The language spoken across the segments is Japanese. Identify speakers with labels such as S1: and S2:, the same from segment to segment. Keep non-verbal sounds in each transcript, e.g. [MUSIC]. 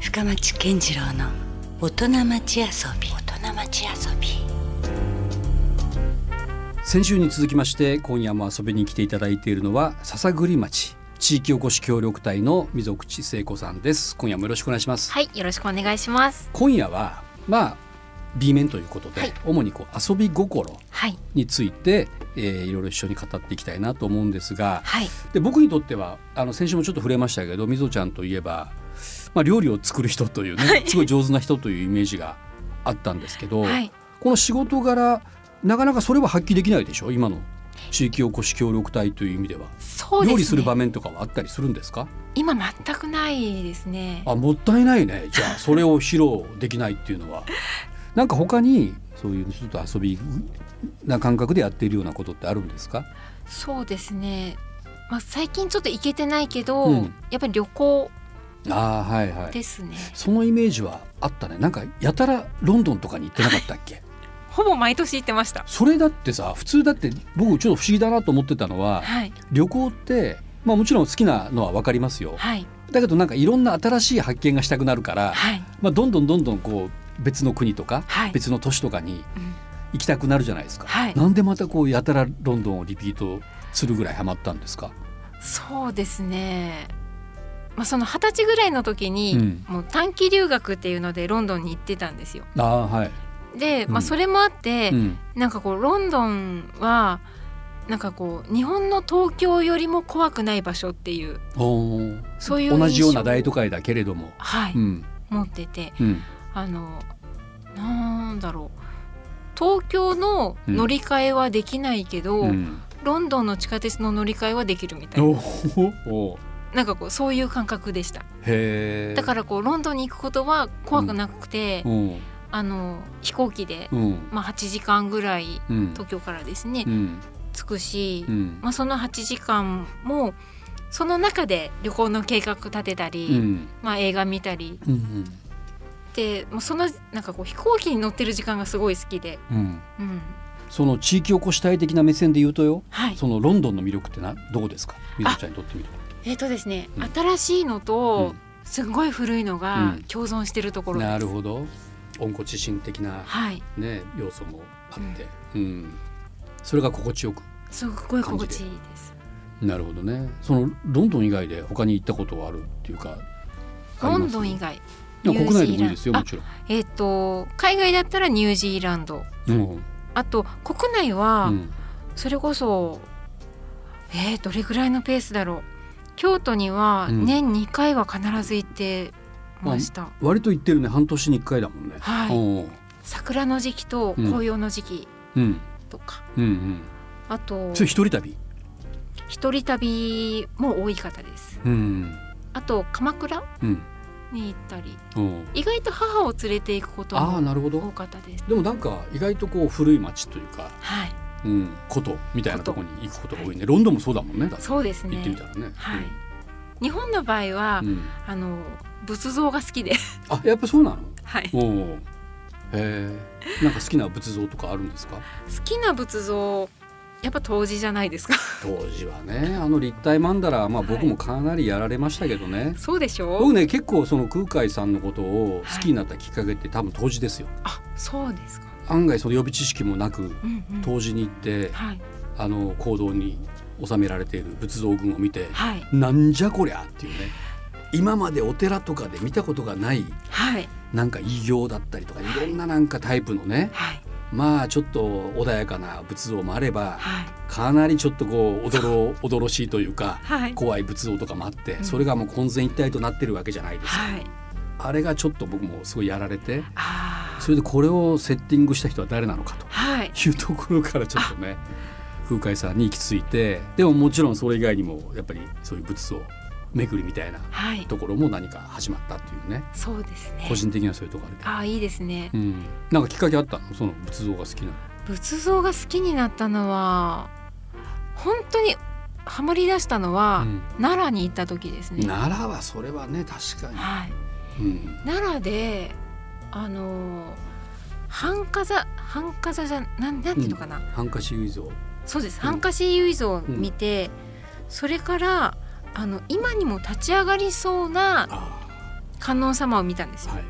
S1: 深町健次郎の大人町遊び大人町遊び
S2: 先週に続きまして今夜も遊びに来ていただいているのは笹栗町地域おこし協力隊の溝口聖子さんです今夜もよろしくお願いします、
S3: はい、よろしくお願いします。
S2: 今夜はまあ B 面ということで、
S3: はい
S2: 主にこう遊び心
S3: はい、
S2: について、えーいろいろ一緒に語っていきたいなと思うんですが
S3: はい、
S2: で僕にとってはあの先週もちょっと触れましたけどみぞちゃんといえば、まあ、料理を作る人というね、すごい上手な人というイメージがあったんですけど、
S3: はい、
S2: この仕事柄なかなかそれは発揮できないでしょ今の地域おこし協力隊という意味では
S3: そう
S2: 料
S3: で
S2: 理
S3: す
S2: する場
S3: ね。
S2: 面とかはあったりするんですか
S3: 今全くないですね。
S2: あもったいないねじゃあそれを披露できないっていうの
S3: [LAUGHS]
S2: はなんか他にそういうちょっと遊びな感覚でやっているようなことってあるんですか
S3: そうですね。まあ、最近ちょっと行けてないけど、
S2: うん
S3: やっぱり旅行
S2: あーはいはい
S3: ですね。
S2: そのイメージはあったねなんかやたらロンドンとかに行ってなかったっけ
S3: ほぼ毎年行ってました。
S2: それだってさ普通だって僕ちょっと不思議だなと思ってたのは
S3: はい、
S2: 旅行ってまあもちろん好きなのは分かりますよ
S3: はい、
S2: だけどなんかいろんな新しい発見がしたくなるから、
S3: はい、
S2: まあ、どんどんどんどんこう別の国とか、
S3: はい
S2: 別の都市とかに
S3: うん
S2: 行きたくなるじゃないですか、
S3: はい
S2: なんでまたこうやたらロンドンをリピートするぐらいハマったんですか
S3: そうですね。まあ、その二十歳ぐらいの時に、
S2: うん
S3: もう短期留学っていうのでロンドンに行ってたんですよ。
S2: ああはい、
S3: で、
S2: う
S3: ま
S2: ん
S3: あ、それもあって、
S2: うん、
S3: なんかこうロンドンはなんかこう日本の東京よりも怖くない場所っていう
S2: おー
S3: そういう印象
S2: 同じような大都会だけれども、
S3: はい、
S2: うん
S3: 持ってて
S2: うん、
S3: あのなんだろう東京の乗り換えはできないけど、
S2: うん、
S3: ロンドンの地下鉄の乗り換えはできるみたい
S2: お
S3: な
S2: ーおー
S3: なんかこうそういう感覚でした
S2: へえ
S3: だかららこうロンドンに行くことは怖くなくて、
S2: うん
S3: あの飛行機で、
S2: うん
S3: まあ、8時間ぐらい
S2: うん
S3: 東京からですね、
S2: うん
S3: 着くし、
S2: うん
S3: まあ、その8時間もその中で旅行の計画立てたり、
S2: うん
S3: まあ、映画見たり
S2: うん
S3: でもうそのなんかこう飛行機に乗ってる時間がすごい好きで、
S2: うん
S3: うん
S2: その地域おこし隊的な目線で言うとよ
S3: はい、
S2: そのロンドンの魅力ってなどうですかみずちゃんにとってみる
S3: えっ、とですね、
S2: うん
S3: 新しいのと
S2: うん
S3: すごい古いの
S2: う
S3: が
S2: ん
S3: 共存してるところです。
S2: なるほど温故知新的な、
S3: はい、
S2: ね、要素もあって、うん、それが心地よく
S3: すごい心地いいです。
S2: なるほどねそのロンドン以外で他に行ったことはあるっていうかありま
S3: ロン
S2: す
S3: ドン以外、
S2: いや国内でもいい
S3: ニュージーラン
S2: で
S3: ド
S2: すよもちろん。
S3: えっ、と海外だったらニュージーランド、
S2: うん
S3: あと国内
S2: う
S3: は、
S2: ん
S3: それこそえー、どれぐらいのペースだろう京都には
S2: うん
S3: 年2回は必ず行ってました、
S2: 割と行ってるね半年に1回だもんね。
S3: はい
S2: おう
S3: 桜の時期と
S2: うん
S3: 紅葉の時期
S2: うん
S3: とか、
S2: うんうん、
S3: あと
S2: それ一人旅、
S3: 一人旅も多い方です
S2: うん
S3: あと鎌倉
S2: うん
S3: に行ったり
S2: おう
S3: 意外と母を連れて行くこと
S2: ああ
S3: も
S2: なるほ
S3: 多
S2: ど
S3: かったです
S2: でもなんか意外とこう古い町というか、
S3: はい
S2: うん、ことみたいなところに行くことが多いねロンドンもそうだもんねだって
S3: そうです
S2: 行ってみ
S3: ね
S2: たらね。
S3: はい
S2: うん
S3: 日本の場合は、
S2: うん
S3: あの仏像が好きで [LAUGHS]
S2: あやっぱそうなの
S3: はい
S2: おおへえなんか好きな仏像とかあるんですか
S3: 好きな仏像やっぱ当時じゃないですか [LAUGHS]
S2: 当時はねあの立体曼荼羅まあ
S3: はい
S2: 僕もかなりやられましたけどね、
S3: そうでしょう
S2: 僕ね結構その空海さんのことを好きになったきっかけって多分当時ですよ
S3: あ、そうですか。
S2: 案外その予備知識もなく
S3: うんうん
S2: 当時に行って
S3: はい
S2: あの行動に収められている仏像群を見て
S3: はい
S2: なんじゃこりゃっていうね今までお寺とかで見たことがない
S3: はい
S2: なんか異形だったりとかいろんななんかタイプのね
S3: はい
S2: まあちょっと穏やかな仏像もあれば
S3: はい
S2: かなりちょっとこ
S3: [LAUGHS]
S2: う驚驚しいというか
S3: はい
S2: 怖い仏像とかもあって、
S3: うん
S2: それがもう混然一体となってるわけじゃないですか、
S3: はい。
S2: あれがちょっと僕もすごいやられて
S3: あ
S2: それでこれをセッティングした人は誰なのかと
S3: あはい
S2: いうところからちょっとね空海さんに行き着いてでももちろんそれ以外にもやっぱりそういう仏像巡りみたいな
S3: はい
S2: ところも何か始まったっていうね
S3: そうですね
S2: 個。人的にはそういうところあるけど
S3: ああいいですね。
S2: うん、なんかきっかけあったのその仏像が好きな
S3: 仏像が好きになったのは本当にハマり出したのは、
S2: うん
S3: 奈良に行った時ですね。
S2: 奈良はそれはね確か
S3: はい。
S2: に、うん、
S3: 奈良であのー半火座半火座じゃなんなんていうのかな。
S2: ハンカチ像
S3: そうです、ハンカシ結像を見て、それからあの今にも立ち上がりそうな
S2: あ
S3: 観音様を見たんですよ。
S2: はい、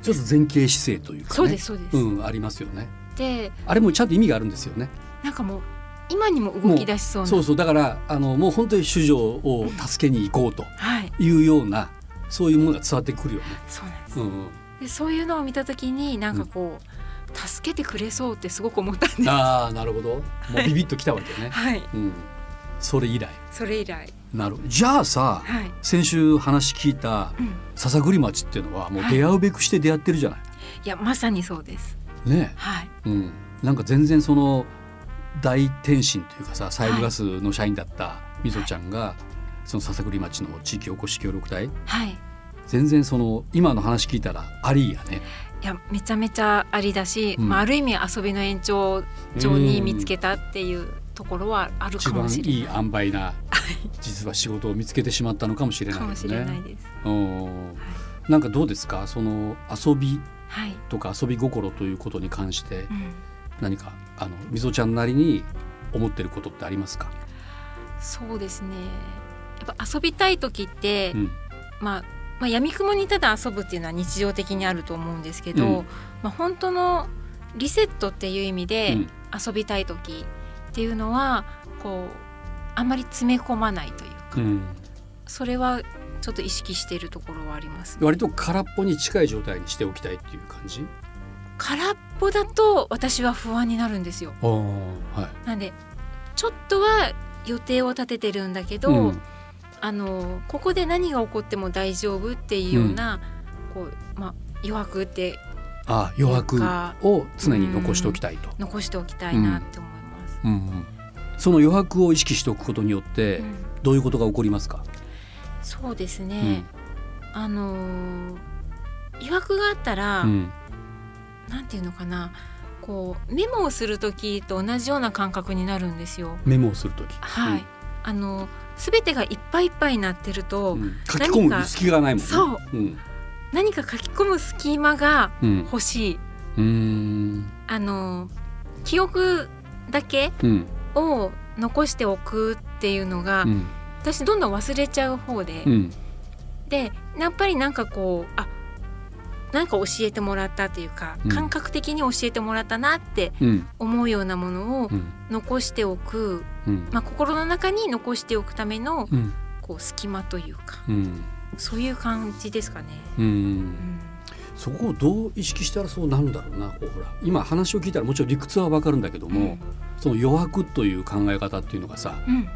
S2: ちょっと前傾姿勢というか、ね、
S3: そうですそうです
S2: うん、ありますよね
S3: で
S2: あれもちゃんと意味があるんですよね
S3: なんかもう今にも動き出しそうな
S2: そうそうだからあのもう本当に主女を助けに行こうと
S3: はい
S2: いうようなそういうものが伝わってくるよね、
S3: そうなんです、
S2: うんうん、
S3: でそういうのを見た時になんかこう、助けてくれそうってすごく思ったん
S2: [LAUGHS]
S3: [LAUGHS] です
S2: ああなるほどもうビビッときたわけね、
S3: はい
S2: うん、それ以来
S3: それ以来
S2: なるじゃあさ、
S3: はい、
S2: 先週話聞いた
S3: うん、
S2: 笹栗町っていうのはもう
S3: はい
S2: 出会うべくして出会ってるじゃない、
S3: いやまさにそうです
S2: ね
S3: はい
S2: え、うん、なんか全然その大転身というかさサイブガスの社員だったみぞちゃんが、その笹栗町の地域おこし協力隊
S3: はい
S2: 全然その今の話聞いたらありやね
S3: いやめちゃめちゃありだし、
S2: うん
S3: まあ、ある意味遊びの延長上に見つけたっていうところはある
S2: 一
S3: か
S2: 番
S3: も
S2: い
S3: しれ
S2: い
S3: ない
S2: 塩梅な実は仕事を見つけてしまったのかもしれ
S3: か
S2: ない
S3: も
S2: です
S3: しれない
S2: ね。
S3: です、
S2: うんなんかどうですかその遊び
S3: はい、
S2: とか遊び心ということに関して
S3: うん、
S2: 何かあのみぞちゃんなりに思ってることってありますか、
S3: そうですねやっぱ遊びたい時って、
S2: うん
S3: まあまあ、闇雲にただ遊ぶっていうのは日常的にあると思うんですけど、
S2: うん
S3: まあ、本当のリセットっていう意味で
S2: うん
S3: 遊びたい時っていうのはこうあんまり詰め込まないというか
S2: うん、
S3: それはちょっと意識しているところはあります、
S2: 割と空っぽに近い状態にしておきたいっていう感じ
S3: 空っぽだと私は不安になるんですよ
S2: あ、は
S3: なんでちょっとは予定を立ててるんだけど、
S2: うん
S3: あのここで何が起こっても大丈夫っていうような、こうまあ余白って
S2: あ余白を常に残しておきたいと、
S3: 残しておきたいなって思います。
S2: うんうんその余白を意識しておくことによっ
S3: う
S2: て
S3: ん
S2: どういうことが起こりますか、
S3: そうですね、あのー余白があったら、
S2: うん
S3: なんていうのかなこうメモをする時と同じような感覚になるんですよ。
S2: メモをするとき、
S3: はい、
S2: うん
S3: あの全てがいっぱいいっぱいになってると、
S2: うん書き込む隙がないもんね
S3: そう
S2: うん
S3: 何か書き込む隙間が
S2: うん
S3: 欲しい。
S2: うーん
S3: あのー記憶だけ
S2: うん
S3: を残しておくっていうのが、
S2: うん
S3: 私どんどん忘れちゃう方で、
S2: うん
S3: でやっぱりなんかこうあなんか教えてもらったというか、
S2: うん
S3: 感覚的に教えてもらったなって
S2: うん
S3: 思うようなものを
S2: うん
S3: 残しておく、
S2: うん
S3: まあ、心の中に残しておくための
S2: うん
S3: こう隙間というか
S2: うん
S3: そういう感じですかね。
S2: うん
S3: うん
S2: そこをどう意識したらそうなるんだろうなこうほら今話を聞いたらもちろん理屈はわかるんだけども、その余白という考え方っていうのがさ
S3: うんうん、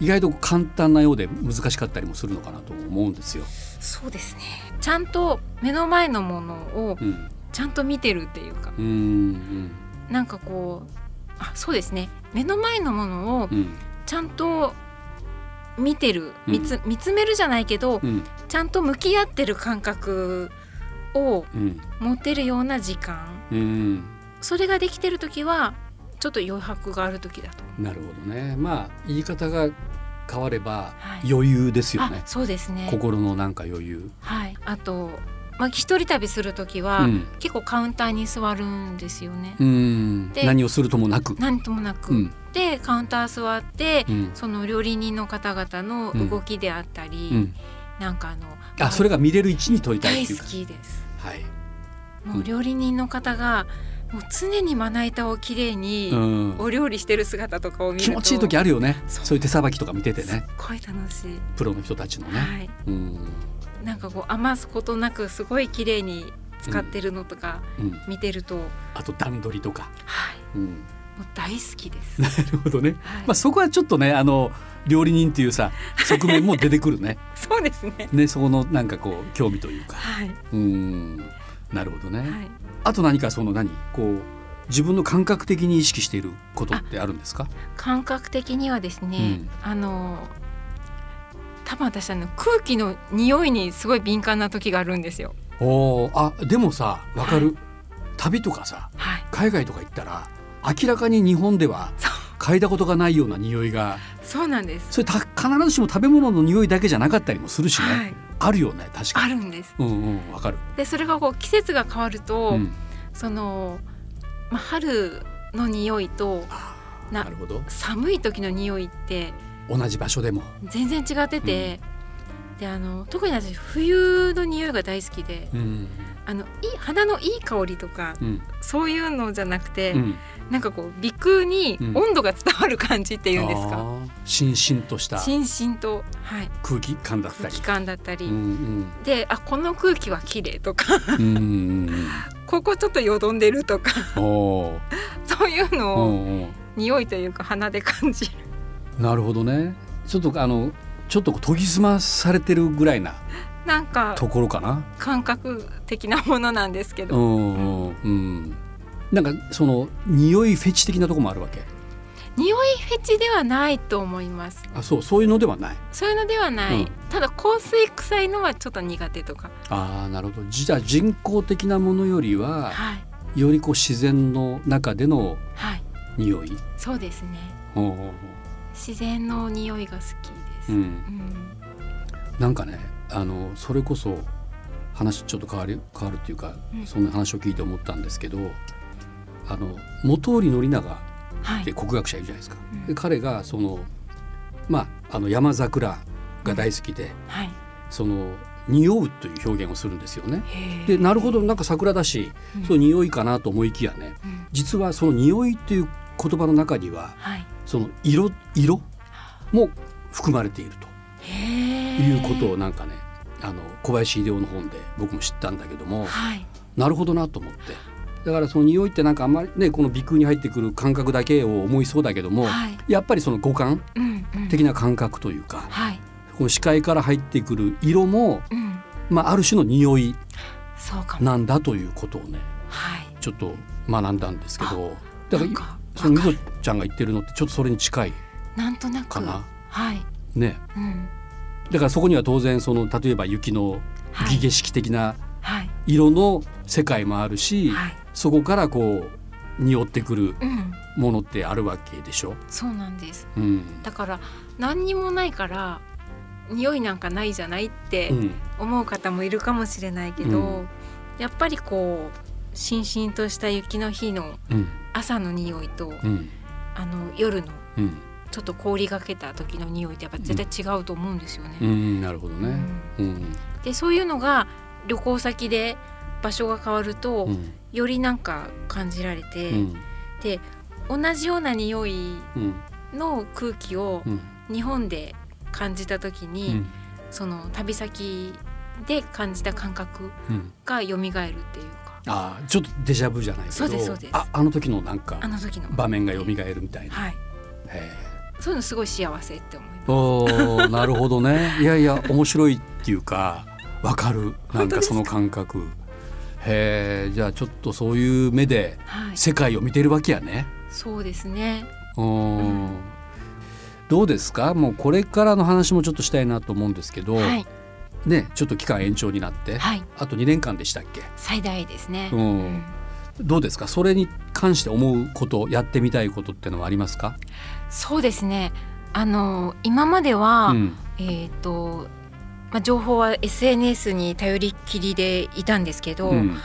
S2: 意外と簡単なようで難しかったりもするのかなと思うんですよ。
S3: そうですねちゃんと目の前のものを
S2: うん
S3: ちゃんと見てるっていうか
S2: うんうん
S3: なんかこうあそうですね目の前のものを
S2: うん
S3: ちゃんと見てる
S2: うん
S3: 見つ,、見つめるじゃないけど、
S2: うん
S3: ちゃんと向き合ってる感覚を
S2: うん
S3: 持てるような時間
S2: うん
S3: それができてる時はちょっと余白がある時だと、
S2: なるほどねまあ言い方が変われば
S3: はい
S2: 余裕ですよ
S3: あ
S2: ね、
S3: そうですね
S2: 心のなんか余裕。
S3: はいあと、まあ、一人旅する時
S2: う
S3: は、
S2: ん
S3: 結構カウンターに座るんですよね、
S2: うん
S3: で
S2: 何をするともなく。
S3: 何ともなく、
S2: うん
S3: でカウンター座って、
S2: うん
S3: その料理人の方々の動きであったり、
S2: うん、
S3: なんかあの
S2: あそれが見れる位置に取りたい
S3: 大
S2: っていう
S3: 好
S2: か。
S3: きです
S2: はい
S3: も
S2: うん
S3: う料理人の方がもう常にまな板をきれいに
S2: うん
S3: お料理してる姿とかを見る
S2: 気
S3: と
S2: 持ちいい時あるよね
S3: そう
S2: そういう手さばきとか見てて
S3: すっ
S2: ね
S3: ごい楽しい、
S2: プロの人たちのね、
S3: はい
S2: うん
S3: なんかこう余すことなくすごい綺麗に使ってるのとか
S2: うん、
S3: 見てると、
S2: あと段取りとか、
S3: はい
S2: うん、
S3: もう大好きです、
S2: なるほどね、
S3: はい
S2: [LAUGHS] まあ、そこはちょっとねあの料理人っていうさ側面も出てくるね
S3: そうですね
S2: ねそこのなんかこう興味というか
S3: はい
S2: うんなるほどね、
S3: はい
S2: あと何かその何こう自分の感覚的に意識していることってあるんですか
S3: 感覚的にはですね、
S2: うん
S3: あの多分私あの空気の匂いにすごい敏感な時があるんですよ
S2: おーあでもさわかる、旅とかさ
S3: はい
S2: 海外とか行ったら明らかに日本では
S3: そう
S2: 嗅いだことがないような匂いが
S3: そうなんです、
S2: それた必ずしも食べ物の匂いだけじゃなかったりもするしね、
S3: はい
S2: あるよね確か
S3: あ
S2: に
S3: るんです
S2: うんうんわかる、
S3: でそれがこう季節が変わると、
S2: うん、
S3: その、まあ、春の匂いと
S2: あー
S3: な
S2: なるほど
S3: 寒い時の匂いって
S2: 同じ場所でも
S3: 全然違ってて、であの特に私冬の匂いが大好きで
S2: うん
S3: あのいい花のいい香りとか
S2: うん
S3: そういうのじゃなくて、
S2: うん、
S3: なんかこう鼻腔に
S2: うん
S3: 温度が伝わる感じっていうんです
S2: あ
S3: か、
S2: ーしんしんとした
S3: 心身と、はい、
S2: 空気感だった
S3: 空
S2: り
S3: 気感だったり、
S2: うん
S3: であこの空気は綺麗とか [LAUGHS]
S2: うんうんうんうん
S3: ここちょっとよどんでるとか [LAUGHS]
S2: うんおー
S3: そういう
S2: う
S3: のを
S2: んうん
S3: 匂いというか鼻で感じる
S2: なるほどねちょっとあのちょっと研ぎ澄まされてるぐらいな
S3: なんか
S2: ところかな
S3: 感覚的なものなんですけ
S2: う
S3: ど、
S2: んうんうんなんかその匂いフェチ的なとこもあるわけ
S3: 匂いフェチではないと思います
S2: あそうそういうのではない
S3: そういうのではない、
S2: うん
S3: ただ香水臭いのはちょっと苦手とか、
S2: ああなるほどじゃあ人工的なものよりは
S3: はい
S2: よりこう自然の中での
S3: はい
S2: 匂い
S3: そうですね
S2: おうおうおう
S3: 自然の匂いが好きです、
S2: う
S3: うん
S2: んなんかねあのそれこそ話ちょっと変わる変わるっていうか、
S3: うん
S2: そんな話を聞いて思ったんですけどあの本居宣長
S3: は
S2: っ
S3: い
S2: て国学者いるじゃないですか。
S3: うん
S2: で彼がそのまああの山桜が大好きで、
S3: はい
S2: その匂うという表現をするんですよね。
S3: へー
S2: でなるほどなんか桜だし、
S3: うん
S2: そう匂いかなと思いきやね
S3: うん
S2: 実はその匂いっていう言葉の中には
S3: はい
S2: その色色も含まれていると。い
S3: いう
S2: ことをなんかねあの小林秀夫の本で僕も知ったんだけども
S3: はい
S2: なるほどなと思ってだからその匂いってなんかあんまりねこの鼻腔に入ってくる感覚だけを思いそうだけども、
S3: はい
S2: やっぱりその五感
S3: うんうん
S2: 的な感覚というか、
S3: はい
S2: この視界から入ってくる色も、
S3: うん
S2: まあ、ある種の匂い
S3: そうかも
S2: なんだということをね
S3: はい
S2: ちょっと学んだんですけどだ
S3: な
S2: から
S3: んか
S2: そのみぞちゃんが言ってるのってちょっとそれに近い
S3: なんとなく
S2: かな
S3: はい
S2: ね
S3: うん
S2: だからそこには当然その例えば雪の
S3: は
S2: 儀
S3: い
S2: 景色的な
S3: はい
S2: 色の世界もあるし、
S3: はい
S2: そこからこう匂ってくる
S3: うん
S2: ものってあるわけでしょ。
S3: そうなんです
S2: うん。
S3: だから何にもないから匂いなんかないじゃないって
S2: うん
S3: 思う方もいるかもしれないけど、
S2: うん
S3: やっぱりこうしんしんとした雪の日の
S2: うん
S3: 朝の匂いと、
S2: うん
S3: あの夜の
S2: うん
S3: ちょっと氷がけた時の匂いってやっぱ絶対違うと思うんですよね。
S2: うんなるほどね。うん
S3: でそういうのが旅行先で場所が変わると、
S2: うん
S3: よりなんか感じられて、
S2: うん
S3: で同じような匂い
S2: うん
S3: の空気を
S2: うん
S3: 日本で感じた時
S2: う
S3: に、
S2: ん
S3: その旅先で感じた感覚
S2: うん。
S3: が蘇るっていうか
S2: ああちょっとデジャブじゃないけど。
S3: そうですそうです
S2: ああの時のなんか
S3: あの時の
S2: 場面が蘇るみたいな。
S3: はい
S2: へ
S3: そういうのすごい幸せって思いま
S2: え。
S3: す
S2: おおなるほどね。いやいや面白いっていうかわかるなんかその感覚。へえじゃあちょっとそういう目で
S3: はい
S2: 世界を見てるわけやね。
S3: そうですね
S2: う
S3: うん
S2: んどうですかもうこれからの話もちょっとしたいなと思うんですけど、
S3: はい
S2: ね、ちょっと期間延長になって、
S3: はい
S2: あと2年間でしたっけ、
S3: 最大ですね、
S2: う
S3: うん
S2: ん、どうですかそれに関して思うことやってみたいことってのはありますか、
S3: そうですねあの今までは、
S2: うん
S3: えっ、とまあ、情報は SNS に頼りっきりでいたんですけど、
S2: うん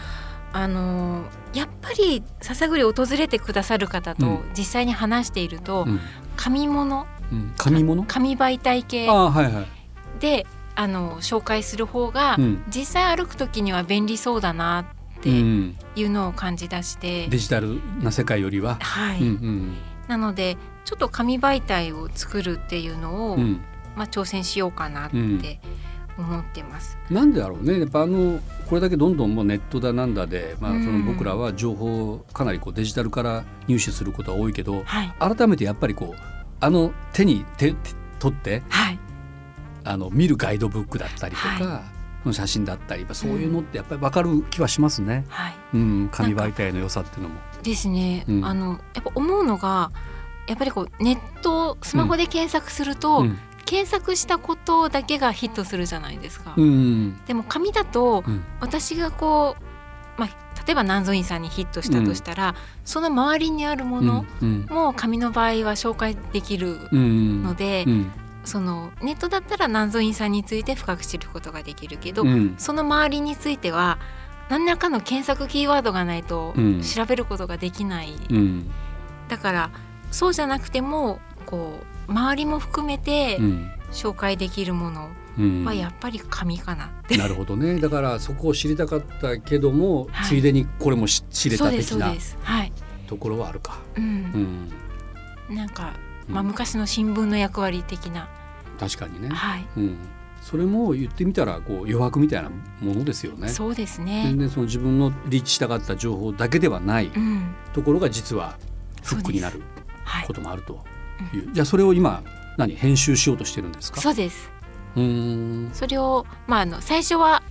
S3: あのやっぱり笹栗訪れてくださる方
S2: う
S3: と
S2: ん
S3: 実際に話していると、
S2: うん
S3: 紙物
S2: うん、紙物
S3: 紙媒体系
S2: ああはいはい、
S3: であの紹介する方が、
S2: うん
S3: 実際歩く時には便利そうだなって
S2: うん、
S3: いうのを感じ出して、
S2: デジタルな世界よりは、
S3: はい、
S2: うん
S3: なのでちょっと紙媒体を作るっていうのを、
S2: うんうん、
S3: まあ、挑戦しようかなって思ってます。
S2: なんでだろうねやっぱあのこれだけどんどんもうネットだなんだで、まあ、
S3: うん
S2: その僕らは情報をかなりこうデジタルから入手することは多いけど、
S3: はい、
S2: 改めてやっぱりこうあの手に手手取って
S3: はい
S2: あの見るガイドブックだったりとか、その写真だったりやっぱそういうのってやっぱり分かる気はしますね、
S3: はい
S2: うん紙媒体の良さっていうのも。
S3: ですね、
S2: うん
S3: あのやっぱ思うのがやっぱりこうネットスマホで検索すると、
S2: うん
S3: 検索したことだけがヒットするじゃないですか、
S2: うん
S3: でも紙だと
S2: うん
S3: 私がこう、まあ、例えば南蔵院さんにヒットしたとしたら、その周りにあるもの
S2: うん
S3: も紙の場合は紹介できる
S2: うん
S3: ので、
S2: うん
S3: そのネットだったら南蔵院さんについて深く知ることができるけど、
S2: うん
S3: その周りについては何らかの検索キーワードがないと
S2: うん
S3: 調べることができない、
S2: うん
S3: だからそうじゃなくてもこう周りも含めて
S2: うん
S3: 紹介できるもの
S2: うん
S3: はやっぱり紙かなって、 [LAUGHS]
S2: なるほどねだからそこを知りたかったけども、
S3: はい
S2: ついでにこれもし知れ
S3: そ
S2: た
S3: うです
S2: 的
S3: そう
S2: な
S3: ですはい、
S2: ところはあるか。
S3: うん
S2: うん、
S3: なんか、
S2: うん
S3: まあ、昔の新聞の役割的な、
S2: 確かにね、
S3: はい、
S2: うん、それも言ってみたらこう余白みたいなものですよね。
S3: そうです
S2: 全
S3: ね、
S2: 然その自分のリーチしたかった情報だけではない
S3: うん
S2: ところが実はフックにな
S3: そ
S2: る
S3: はい
S2: こ、ともあるという。じゃあそれを今何編集しようとしてるんですか。
S3: そうです
S2: うーん。
S3: それを、まあ、あの最初は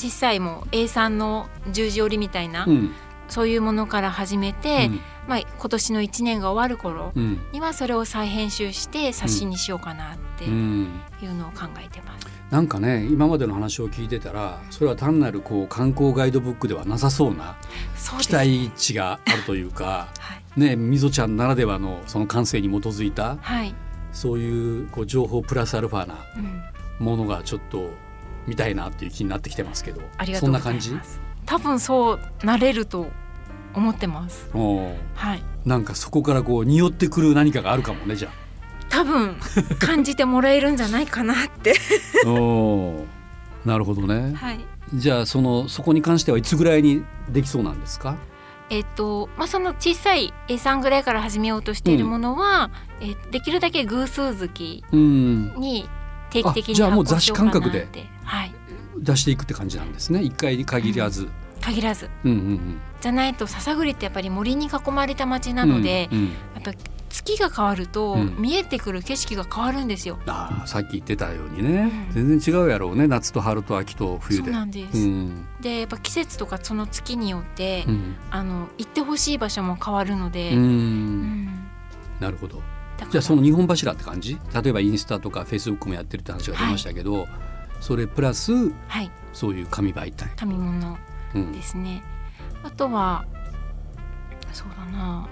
S3: 実際もう A さんの十字折りみたいな、
S2: うん。
S3: そういうものから始めて、
S2: うん
S3: まあ、今年の1年が終わる頃
S2: うん。
S3: にはそれを再編集して冊子にしようかなって
S2: うん。
S3: いうのを考えてます。
S2: なんかね今までの話を聞いてたらそれは単なるこう観光ガイドブックではなさそうな
S3: そうです
S2: 期待値があるという
S3: [LAUGHS]
S2: か、
S3: はい、
S2: ね、みぞちゃんならではのその感性に基づいた
S3: はい
S2: そういうこう情報プラスアルファな
S3: うん、
S2: ものがちょっと見たいなっていう気になってきてますけど
S3: ありが
S2: そ
S3: とうんご
S2: な
S3: ざい
S2: 感
S3: ま
S2: じ
S3: す。多分そうなれると思ってます。
S2: おー
S3: はい、
S2: なんかそこからこう匂ってくる何かがあるかもねじ
S3: [LAUGHS]
S2: ゃ
S3: 多分感じてもらえるんじゃないかなって。
S2: あ。おーなるほどね
S3: [LAUGHS] はい。
S2: じゃあそのそこに関してはいつぐらいにできそうなんですか
S3: えっと、まあ、その小さい A さんぐらいから始めようとしているものは、えできるだけ偶数月
S2: うん
S3: に定期的
S2: あ
S3: に
S2: じゃあもう
S3: 発行しよかな
S2: 雑誌感覚で
S3: ってはい、
S2: 出していくって感じなんですね一回に限らず。
S3: 限らず
S2: うんうん
S3: じゃないと笹栗ってやっぱり森に囲まれた町
S2: う、
S3: なんので、
S2: うんうん
S3: やっぱ月が変わると、
S2: うん
S3: 見えてくる景色が変わるんですよ。
S2: ああさっき言ってたようにね、
S3: う
S2: 全然違うやろうね夏と春と秋と冬
S3: そ
S2: で。
S3: うなんです、
S2: うん
S3: でやっぱ季節とかその月によって、
S2: うん
S3: あの行ってほしい場所も変わるので、
S2: う
S3: うんん
S2: なるほど
S3: だから
S2: じゃあその2本柱って感じ例えばインスタとかフェイスブックもやってるって話が出ましたけど、それプラス
S3: はい
S2: そういう紙媒体、
S3: 紙物
S2: うん
S3: ですね。あとはそうだな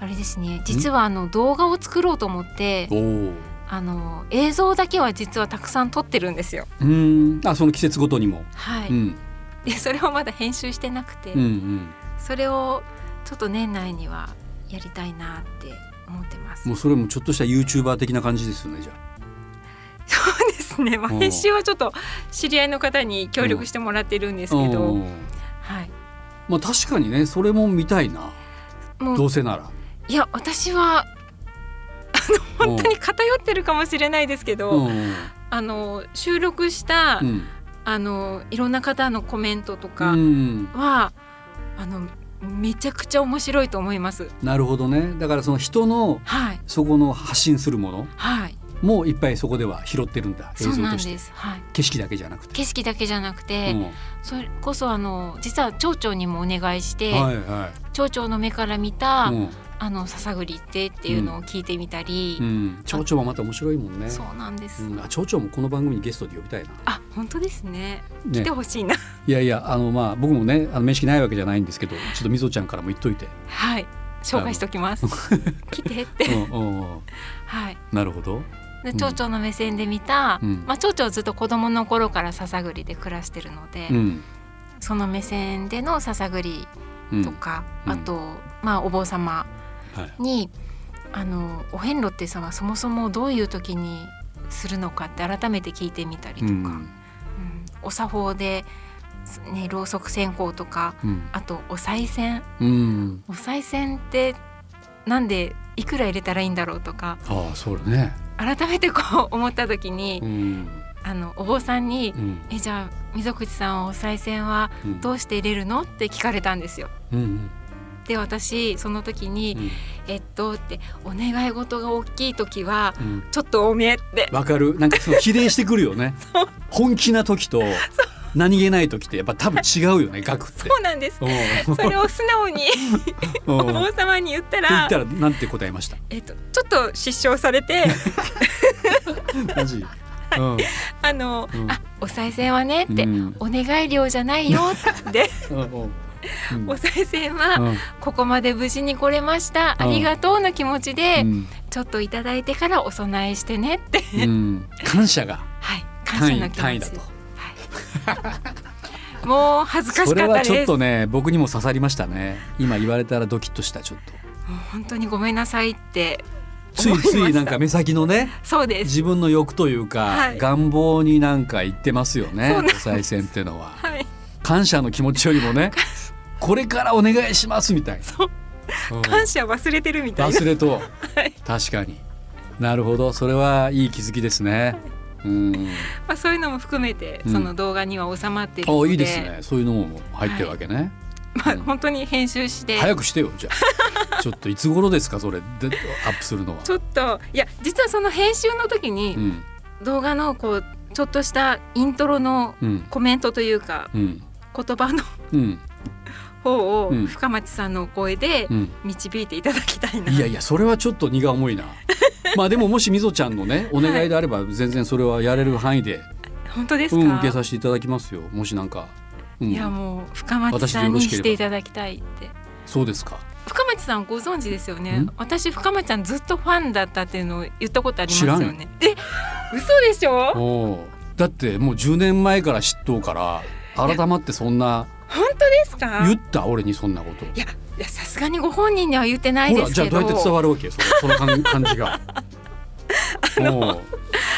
S3: あれですね実はあの動画を作ろうと思って
S2: おー
S3: あの映像だけは実はたくさん撮ってるんですよ。
S2: うんあその季節ごとにも、
S3: はい、
S2: うん
S3: でそれをまだ編集してなくて、
S2: うんうん、
S3: それをちょっと年内にはやりたいなって思ってます。
S2: もうそれもちょっとした YouTuber 的な感じですよねじゃあ。
S3: そうですね、まあ、
S2: うん
S3: 編集はちょっと知り合いの方に協力してもらってるんですけど、
S2: うん
S3: はい、
S2: まあ、確かにねそれも見たいな
S3: も
S2: ど
S3: う
S2: うせなら。
S3: いや私は
S2: 本
S3: 本当に偏ってるかもしれないですけど、
S2: うん
S3: あの収録した、
S2: うん
S3: あのいろんな方のコメントと
S2: う
S3: か
S2: ん
S3: は、あのめちゃくちゃ面白いと思います。
S2: なるほどねだからその人の
S3: はい
S2: そこの発信するもの
S3: はい、
S2: もいっぱいそこでは拾ってるんだ映
S3: そう
S2: 像
S3: なん
S2: として
S3: です。はい、
S2: 景色だけじゃなくて、
S3: 景色だけじゃなくて、
S2: うん
S3: それこそあの実は町長にもお願いして、
S2: はいは
S3: 町長の目から見た、
S2: い、うん
S3: あの笹栗ってっていうのを聞いてみたり、
S2: うん、蝶々はまた面白いもんね
S3: そうなんです、
S2: うん、あ蝶々もこの番組にゲストで呼びたいな、
S3: あ本当ですね来
S2: ね
S3: て、ほしいな、
S2: いやいやあのまあ僕もねあの面識ないわけじゃないんですけどちょっとみぞちゃんからも言っとい
S3: [LAUGHS]
S2: て
S3: はい紹介してお
S2: [LAUGHS]
S3: きます来てって
S2: うんうんうん
S3: はい
S2: なるほど
S3: で
S2: うん
S3: 町長の目線で見た、
S2: うん
S3: まあ、町長はずっと子供の頃から笹栗で暮らしてるので、
S2: うん
S3: その目線での笹栗
S2: うん
S3: とか、
S2: うん
S3: あと、まあ、お坊様
S2: はい
S3: にあのお遍路ってさそもそもどういう時にするのかって改めて聞いてみたりと
S2: う
S3: か、
S2: ん
S3: うんお作法で、ね、ろうそく線香とか
S2: うん
S3: あとお賽銭
S2: うん
S3: お賽銭ってなんでいくら入れたらいいんだろうとか
S2: ああそうだね
S3: 改めてこう思った時に、
S2: うん
S3: あのお坊さんに
S2: うん
S3: 「えじゃあ溝口さんお賽銭は
S2: うん
S3: どうして入れるの?」って聞かれたんですよ。
S2: うん
S3: で私その時
S2: う
S3: に
S2: ん
S3: 「えっと」って「お願い事が大きい時は
S2: うん
S3: ちょっと多め」って
S2: わかるなんかその比例してくるよ
S3: [LAUGHS]
S2: ね本気な時と何気ない時ってやっぱ多分違うよね額って
S3: そうなんです。
S2: うん
S3: それを素直
S2: [LAUGHS]
S3: に
S2: うん
S3: お
S2: って
S3: 坊様に言った
S2: 言
S3: ら
S2: ったらなんて答えました
S3: えっと、ちょっと失笑さ
S2: [LAUGHS]
S3: れて
S2: マジ、うん
S3: あの、
S2: うん
S3: あお賽銭はねって、
S2: うん
S3: お願い料じゃないよって、
S2: うんうんうん
S3: お賽銭は
S2: うん
S3: ここまで無事に来れました、
S2: うん
S3: ありがとうの気持ちで、
S2: うん
S3: ちょっといただいてからお供えしてねって、
S2: うん感謝が
S3: はい、感謝
S2: 単
S3: の
S2: 位
S3: 気
S2: 単位
S3: 持
S2: だ
S3: ち
S2: と。
S3: はい、もう恥ずか
S2: そ
S3: しか
S2: れ
S3: った
S2: は
S3: です
S2: ちょっとね僕にも刺さりましたね今言われたらドキッとしたちょっと
S3: もう本当にごめんなさいって
S2: ついついなんか目先のね
S3: そうです。
S2: 自分の欲というか、
S3: はい
S2: 願望になんか言ってますよ
S3: そう
S2: ね
S3: なん
S2: お
S3: です
S2: 賽銭っていうのは
S3: はい。
S2: 感謝の気持ちよりもねこれからお願いしますみたいな
S3: そう。
S2: うん
S3: 感謝忘れてるみたいな。
S2: 忘
S3: [LAUGHS]
S2: れと、
S3: い
S2: 確かになるほどそれはいい気づきですね、うん
S3: まあそういうのも含めて
S2: うん
S3: その動画には収まっているの
S2: あ
S3: で、
S2: いいですねそういうのも入ってるわけね、
S3: まあ本当に編集して。
S2: 早くしてよじゃ
S3: [LAUGHS]
S2: あちょっといつ頃ですかそれでアップするのは
S3: ちょっといや実はその編集の時
S2: う
S3: に
S2: ん
S3: 動画のこうちょっとしたイントロの
S2: うん
S3: コメントというか
S2: うん
S3: 言葉の
S2: うん
S3: 方
S2: うん
S3: を深町さんのお声で
S2: うん
S3: 導いていただきたいな。
S2: いやいやそれはちょっと荷が重
S3: [LAUGHS]
S2: いなまあでももしみぞちゃんのねお願いであれば全然それはやれる範囲で、
S3: 本当ですか。
S2: うん、受けさせていただきますよもしなんか、うん、
S3: いやもう深町さんにしていただきたいって。
S2: そうですか
S3: 深町さんご存知ですよね
S2: ん。
S3: 私深町さんずっとファンだったっていうのを言ったことありますよ
S2: 知
S3: ね。え、嘘でし
S2: お
S3: ょ？
S2: おだってもう10年前から知っとうから改まってそんな
S3: 本当ですか？
S2: 言
S3: い
S2: った俺にそんなこと
S3: やいやさすがにご本人には言ってない
S2: ほ
S3: で
S2: ら
S3: す
S2: じゃあ
S3: け
S2: ど
S3: ど。
S2: うやって伝わるわけそれその [LAUGHS] 感感じが。おう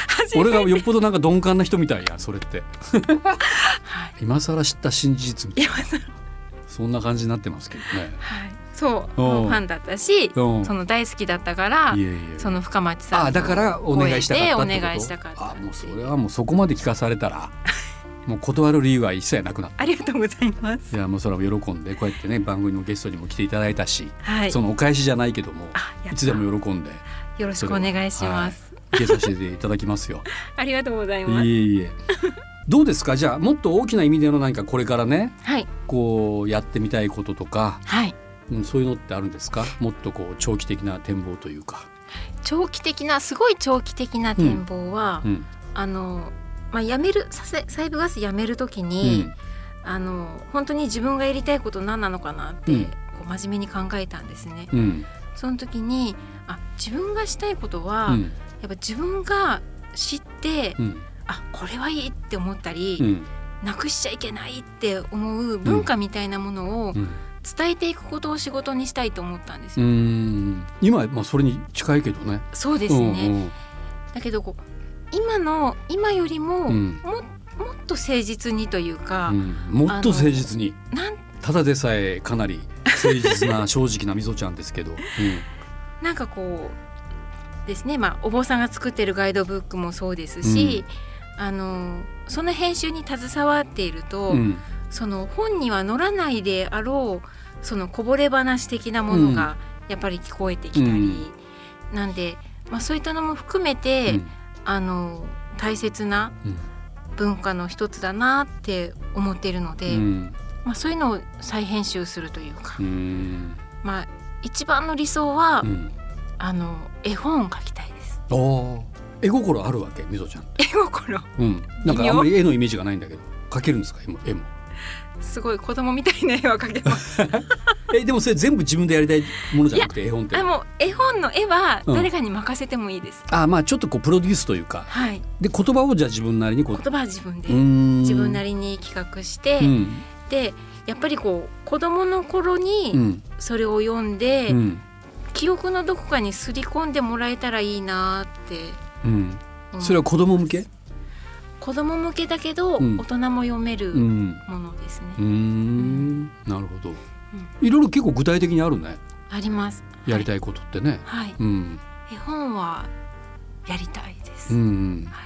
S3: 初め
S2: 俺
S3: て
S2: がよっぽどなんか鈍感な人みたいやそれって
S3: は
S2: 今更知った真実みたい
S3: いやそ
S2: なそんな感じになってますけどね
S3: はい、そう、
S2: うん
S3: もうファンだったし、
S2: うん
S3: その大好きだったから
S2: い、えいえ
S3: その深町さんの
S2: あだからお願いしたかったってこ
S3: 声でお
S2: と
S3: 願いしたかった
S2: あ
S3: って
S2: もうそれはもうそこまで聞かされた
S3: [LAUGHS]
S2: らもう断る理由は一切なくなった
S3: ありがとうございます
S2: い。やもうそれは喜んでこうやってね番組のゲストにも来ていただいたし、
S3: はい、
S2: そのお返しじゃないけども
S3: あやった
S2: いつでも喜んで
S3: よろしくお願いします。
S2: 受けさせていただき
S3: [LAUGHS]
S2: ますよ
S3: ありがとうござい
S2: い
S3: ま
S2: え
S3: す。
S2: いえどうですかじゃあもっと大きな意味での何かこれからね
S3: はい、
S2: こうやってみたいこととか、
S3: はい、
S2: うん、そういうのってあるんですかもっとこう長期的な展望というか、
S3: 長期的な、すごい長期的な展望は、
S2: うん
S3: あの。まあ、やめるさせ細部ガスやめるとき
S2: う
S3: に、
S2: ん
S3: あの本当に自分がやりたいこと何なのかなって、
S2: うん
S3: こう真面目に考えたんですね。
S2: うん
S3: その時にあ自分がしたいことは、
S2: うん
S3: やっぱ自分が知って、
S2: うん
S3: あこれはいいって思ったり、
S2: うん
S3: なくしちゃいけないって思う文化みたいなものを
S2: うん
S3: 伝えていくことを仕事にしたいと思ったんです
S2: う
S3: よ。
S2: ん今まあそれに近いけどね。
S3: そうですね、
S2: うん
S3: だけどこう今の今よりも、
S2: うん
S3: ももっと誠実にというか、
S2: うんもっと誠実に
S3: なん
S2: ただでさえかなり誠実
S3: [LAUGHS]
S2: な正直なみぞちゃんですけど、うん
S3: なんかこうですね、まあ、お坊さんが作ってるガイドブックもそうですし、あのその編集に携わっていると、
S2: うん
S3: その本には載らないであろうそのこぼれ話的なものがやっぱり聞こえてきたり、なんで、まあ、そういったのも含めて、
S2: うん
S3: あの大切な
S2: うん
S3: 文化の一つだなって思っているの
S2: う
S3: で、
S2: ん
S3: まあ、そういうのを再編集するというか、
S2: うん
S3: まあ、一番の理想は、
S2: うん
S3: あの絵本を描きたいです。
S2: あー絵心あるわけみぞちゃんって、
S3: 絵心
S2: うん、なんかあんまり絵のイメージがないんだけど描けるんですか絵も絵も
S3: すごい子供みたいな絵は描
S2: [LAUGHS]
S3: けます。
S2: えでもそれ全部自分でやりたいものじゃなくて絵本って
S3: あもう絵本の絵は
S2: うん
S3: 誰かに任せてもいいです。
S2: あまあちょっとこうプロデュースというか
S3: はい、
S2: で言葉をじゃあ自分なりにこう
S3: 言葉は自分で、自
S2: 自
S3: 分な
S2: り
S3: りに企画して、
S2: うん
S3: でやっぱりこう子供の頃
S2: う
S3: に
S2: ん
S3: それを読んで、
S2: うん
S3: 記憶のどこかにすり込んでもらえたらいいなって
S2: うん
S3: 思う
S2: それは子供向け
S3: 子供向けだけど、
S2: うん
S3: 大人も読める
S2: うん
S3: ものですね、
S2: うーんなるほど、いろいろ結構具体的にあるね
S3: あります
S2: やりたいことってね、
S3: はい
S2: うん
S3: 絵本はやりたいで
S2: う
S3: す、
S2: ん
S3: は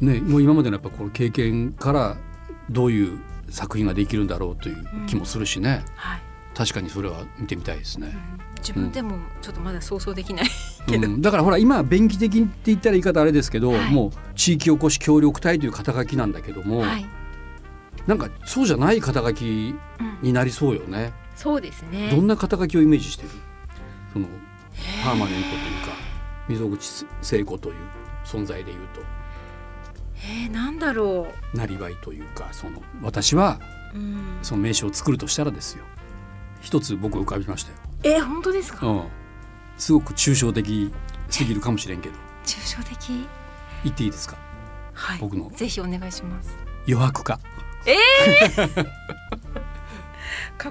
S3: い、
S2: ね、もう今までのやっぱこの経験からどういう作品ができるんだろうという気もするしね、
S3: はい
S2: 確かにそれは見てみたいです
S3: う
S2: ね、
S3: ん自分でもちょっとまだ想像できない、
S2: う
S3: け
S2: ん
S3: ど
S2: だからほら今は便宜的にって言ったら言い方あれですけど、
S3: はい
S2: もう地域おこし協力隊という肩書きなんだけども、
S3: はい、
S2: なんかそうじゃない肩書き
S3: うん、
S2: になりそうよね、
S3: そうですね
S2: どんな肩書きをイメージしてるそのパーマネントというか溝口聖子という存在でいうと
S3: えー、なんだろ
S2: なりわいというかその私は
S3: う、うん、
S2: その名刺を作るとしたらですよ一つ僕浮かびました
S3: えー、本当ですか
S2: よ、うん、すごく抽象的すぎるかもしれんけど
S3: 抽象的
S2: 言っていいですか
S3: はい
S2: 僕の
S3: ぜひお願いします
S2: 余白か
S3: かっ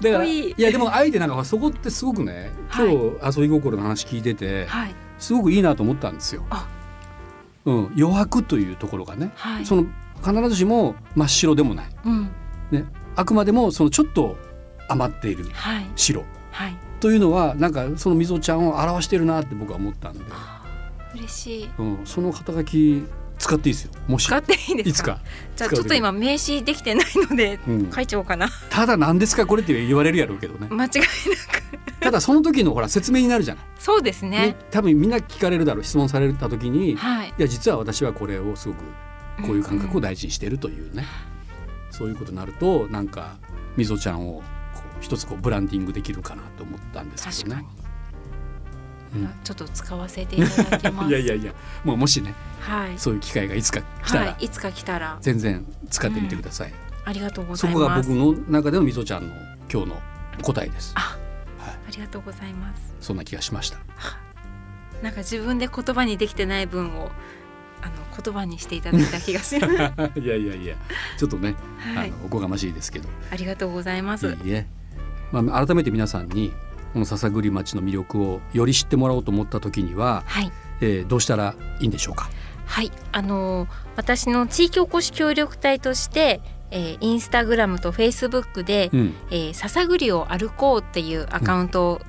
S2: だか
S3: こ
S2: ら
S3: いい
S2: やでもあえてなんかそこってすごくね
S3: は
S2: 今
S3: い
S2: 日遊び心の話聞いてて、
S3: はい
S2: すごくいいなと思ったんですよ
S3: あ。
S2: うん、余白というところがね、
S3: はい
S2: その必ずしも真っ白でもない、
S3: うん
S2: ね、あくまでもそのちょっと余っている
S3: はい
S2: 白
S3: はい
S2: というのはなんかそのみぞちゃんを表してるなって僕は思ったんで、
S3: 嬉しい
S2: うん、その肩書き使っていいですよもし
S3: 使っていいで
S2: い
S3: す
S2: つ
S3: か
S2: か
S3: じゃあ
S2: 使
S3: ち
S2: う
S3: ょっと今名刺できてないので
S2: うん
S3: 書いちゃおうかな、
S2: ただ何ですかこれって言われるやろうけどね
S3: 間違いなく
S2: ただその時のほら説明になるじゃない、
S3: そうです [LAUGHS] ね
S2: ね多分みんな聞かれるだろう質問された時に、
S3: はい
S2: いや実は私はこれをすごくこういう感覚を大事にしているというね、そういうことになるとなんかみぞちゃんをこう一つこうブランディングできるかなと思ったんですけどね。うん
S3: ちょっと使わせていただきます
S2: [LAUGHS] いやいやいやもうもしね
S3: はい
S2: そういう機会がいつか来たら
S3: はい、いつか来たら
S2: 全然使ってみてください、
S3: ありがとうご
S2: そ
S3: ざい
S2: こが
S3: ます
S2: 僕の中でのみぞちゃんの今日の答えです
S3: あありがとうございます
S2: そんな気がしました
S3: なんか自分で言葉にできてない分をあの言葉にしていただいた気が
S2: [LAUGHS]
S3: します、 [LAUGHS] はい
S2: やいやいやちょっとね、
S3: い
S2: あ、のおこがましいですけど
S3: ありがとうございます
S2: いいえ、まあ、改めて皆さんにこの篠栗町の魅力をより知ってもらおうと思った時には、
S3: はい
S2: えーどうしたらいいんでしょうか。
S3: はい、あのー私の地域おこし協力隊として、えー、インスタグラムとフェイスブックで、
S2: うん、
S3: えー、笹栗を歩こうっていうアカウントを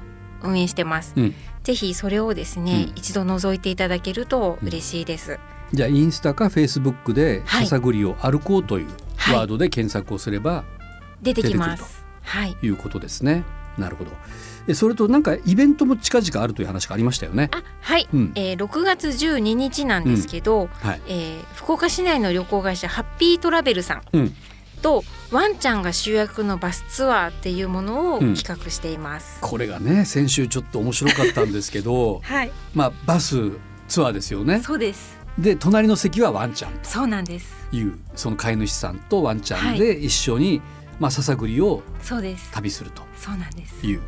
S3: 運営してます、
S2: うん、
S3: ぜひそれをですね、
S2: うん
S3: 一度覗いていただけると嬉しいです、
S2: じゃあインスタかフェイスブックで「
S3: はい
S2: 笹栗を歩こう」という
S3: はい
S2: ワードで検索をすれば
S3: 出てきま
S2: 出てく
S3: すはい
S2: いうことですね。なるほど。えそれとなんかイベントも近々あるという話がありましたよね。
S3: あはい、
S2: うん
S3: えー、6月12日なんですけど、
S2: はい。
S3: えー福岡市内の旅行会社ハッピートラベルさん
S2: うん。
S3: とワンちゃんが主役のバスツアーっていうものを
S2: うん
S3: 企画しています、、
S2: これがね先週ちょっと面白かったんですけど
S3: はい
S2: まあバスツアーですよね。
S3: そうです
S2: で隣の席はワンちゃん。
S3: そうなんです
S2: いうその飼い主さんとワンちゃんで一緒に、まあ、笹栗を
S3: そうです
S2: 旅すると
S3: そうなんです [LAUGHS]
S2: いう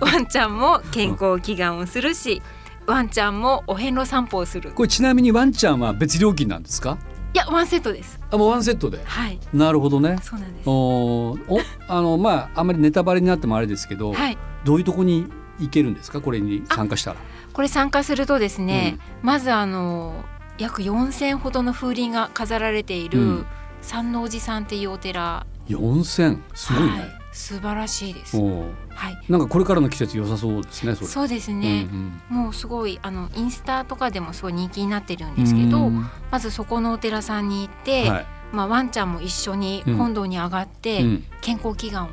S3: ワンちゃんも健康祈願をするしワンちゃんもお遍路散歩をする
S2: これちなみにワンちゃんは別料金なんですか
S3: いやワンセットです
S2: あもうワンセットで
S3: はい
S2: なるほどね
S3: そうなんです
S2: おーおあのまああんまりネタバレになってもあれですけど、
S3: はい
S2: どういうとこに行けるんですかこれに参加したら
S3: これ参加するとですね、まずあの約4,000ほどの風鈴が飾られている、
S2: うん
S3: 三王寺さんっていうお寺
S2: 4000すごいね、
S3: はい、素晴らしいです
S2: おー
S3: はい
S2: なんかこれからの季節良さそうですねそれ
S3: そうですね
S2: う、ん
S3: もうすごいあのインスタとかでもすごい人気になってるん
S2: うん
S3: ですけど、
S2: うん
S3: まずそこのお寺さんに行って、
S2: はい
S3: まあ、ワンちゃんも一緒に
S2: うん
S3: 本堂に上がって、
S2: うん
S3: 健康
S2: [LAUGHS]
S3: 祈願を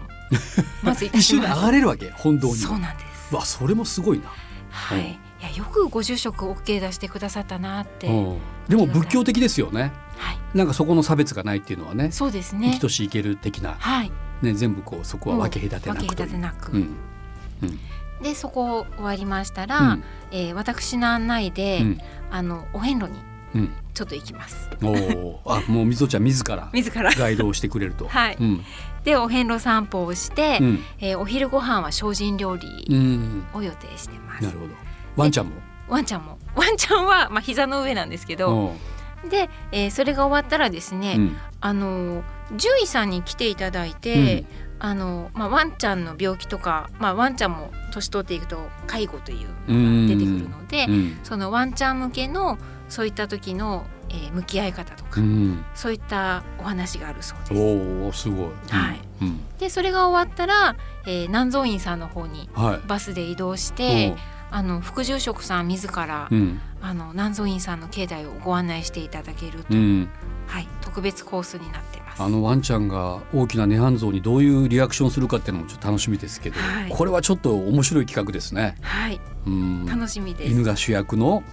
S3: まずいた
S2: 一
S3: し
S2: 緒に
S3: ま
S2: 上
S3: す
S2: がれるわけ本堂に
S3: そうなんです
S2: わそれもすごいな
S3: はい、いやよくご住職 OK 出してくださったなって、
S2: うんでも仏教的ですよね
S3: はい
S2: なんかそこの差別がないっていうのはね
S3: そうです
S2: 生
S3: ね
S2: きとし生ける的な、
S3: はい
S2: ね、全部こうそこは分け隔てなく
S3: 分
S2: と
S3: け
S2: い
S3: 隔て
S2: う
S3: なく、
S2: うんうん
S3: でそこ終わりましたら、
S2: うん
S3: えー私の案内で、
S2: うん
S3: あのお遍路に
S2: うん
S3: ちょっと行きます
S2: おーあもうみぞちゃん自ら
S3: 自ら
S2: ガイドをしてくれると
S3: はい
S2: うん
S3: でお遍路散歩をして、
S2: うん
S3: えーお昼ご飯は精進料
S2: う
S3: 理
S2: ん
S3: を予定してます、
S2: なるほどワンちゃんも
S3: ワンちゃんも [LAUGHS] ワンちゃんはまあ膝の上なんですけど、
S2: おー
S3: で、えーそれが終わったらですね、
S2: うん
S3: あのー獣医さんに来ていただいて、あのーまあワンちゃんの病気とかまあワンちゃんも年取っていくと介護というのが出てくるので、
S2: うん
S3: そのワンちゃん向けのそういった時の、えー向き合い方とか、
S2: うん
S3: そういったお話があるそう
S2: お
S3: で
S2: ーす
S3: す。
S2: ごい
S3: はい
S2: うん
S3: でそれが終わったら、えー、南蔵院さんの方に
S2: うんはい
S3: バスで移動し
S2: お
S3: て
S2: ー
S3: あの副住職さん自ら、
S2: うん
S3: あの南蔵院さんの境内をご案内していただけると、
S2: うん
S3: はい、特別コースになってます。
S2: あのワンちゃんが大きな涅槃像にどういうリアクションするかっていうのもちょっと楽しみですけど、
S3: はい
S2: これはちょっと面白い企画ですね。
S3: はい、
S2: うん
S3: 楽しみです。
S2: 犬が主役の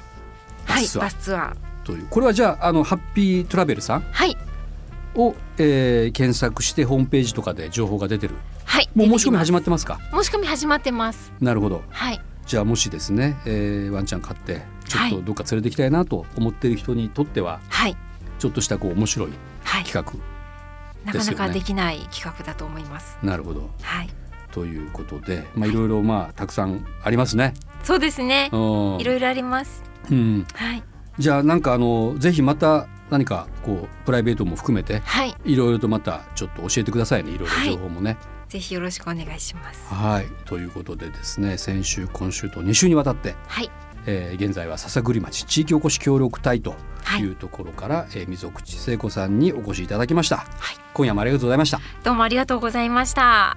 S2: バ
S3: はい
S2: ス、は
S3: バスツアー。
S2: という、これはじゃああのハッピートラベルさん
S3: はい、
S2: を、えー検索してホームページとかで情報が出てる
S3: はい。
S2: もう申し込み始ま
S3: っ
S2: ってますか
S3: 申し込み始まってます。
S2: なるほど
S3: はい、
S2: じゃあもしですね、えーワンちゃん飼ってちょっとどっか連れてきたいなと思ってる人にとっては
S3: はい、
S2: ちょっとしたこう面白い
S3: はい。
S2: 企画、
S3: な
S2: で
S3: か
S2: す
S3: な
S2: よね
S3: かできない企画だと思います。
S2: なるほど
S3: はい、
S2: ということでまあいろいろまあたくさんありますね。
S3: そうですね。
S2: うん
S3: いろいろあります。
S2: うん、
S3: はい、
S2: じゃあなんかあのぜひまた何かこうプライベートも含めて
S3: はい、
S2: いろいろとまたちょっと教えてくださいねいろい
S3: はい
S2: ろ情報もね。
S3: ぜひよろしくお願いします。
S2: はいということでですね先週今週と2週にわたって、
S3: はい、
S2: えー現在は篠栗町地域おこし協力隊というところから、えー溝口聖子さんにお越しいただきました、今夜もありがとうございました
S3: どうもありがとうございました。